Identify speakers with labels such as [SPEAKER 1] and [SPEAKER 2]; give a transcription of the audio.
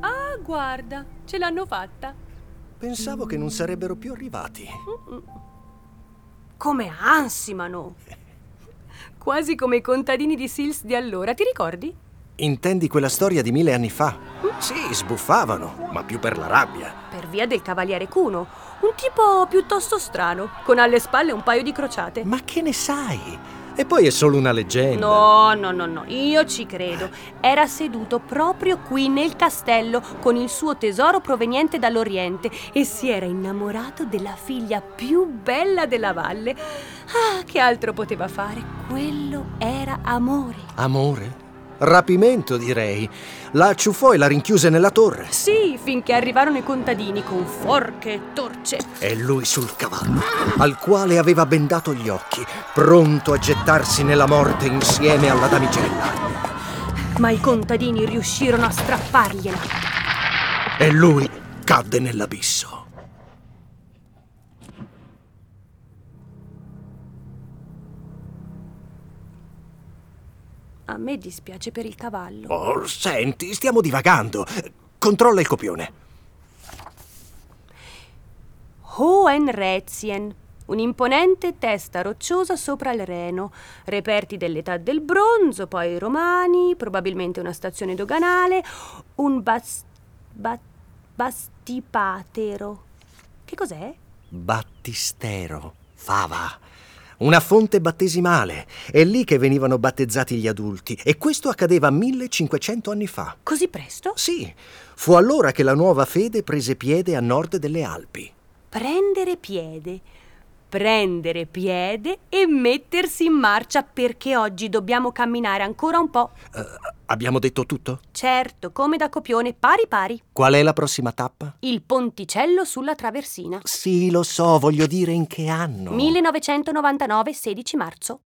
[SPEAKER 1] Ah, guarda, ce l'hanno fatta.
[SPEAKER 2] Pensavo che non sarebbero più arrivati.
[SPEAKER 1] Come ansimano! Quasi come i contadini di Sils di allora, ti ricordi?
[SPEAKER 2] Intendi quella storia di mille anni fa? Sì, sbuffavano, ma più per la rabbia.
[SPEAKER 1] Per via del cavaliere Cuno, un tipo piuttosto strano, con alle spalle un paio di crociate.
[SPEAKER 2] Ma che ne sai? E poi è solo una leggenda.
[SPEAKER 1] No, no, no, no, io ci credo. Era seduto proprio qui nel castello con il suo tesoro proveniente dall'Oriente e si era innamorato della figlia più bella della valle. Ah, che altro poteva fare? Quello era amore.
[SPEAKER 2] Amore? Rapimento, direi. La acciuffò e la rinchiuse nella torre.
[SPEAKER 1] Sì, finché arrivarono i contadini con forche e torce.
[SPEAKER 2] E lui sul cavallo, al quale aveva bendato gli occhi, pronto a gettarsi nella morte insieme alla damigella.
[SPEAKER 1] Ma i contadini riuscirono a strappargliela.
[SPEAKER 2] E lui cadde nell'abisso.
[SPEAKER 1] A me dispiace per il cavallo.
[SPEAKER 2] Oh, senti, stiamo divagando. Controlla il copione.
[SPEAKER 1] Hohenrezien, un'imponente testa rocciosa sopra il Reno, reperti dell'età del bronzo, poi romani, probabilmente una stazione doganale, un bas- ba- bastipatero. Che cos'è?
[SPEAKER 2] Battistero, fava. Una fonte battesimale. È lì che venivano battezzati gli adulti e questo accadeva 1500 anni fa.
[SPEAKER 1] Così presto?
[SPEAKER 2] Sì, fu allora che la nuova fede prese piede a nord delle Alpi.
[SPEAKER 1] Prendere piede. Prendere piede e mettersi in marcia perché oggi dobbiamo camminare ancora un po'.
[SPEAKER 2] Eh, abbiamo detto tutto?
[SPEAKER 1] Certo, come da copione, pari pari.
[SPEAKER 2] Qual è la prossima tappa?
[SPEAKER 1] Il ponticello sulla traversina.
[SPEAKER 2] Sì, lo so, voglio dire in che anno.
[SPEAKER 1] 1999, 16 marzo.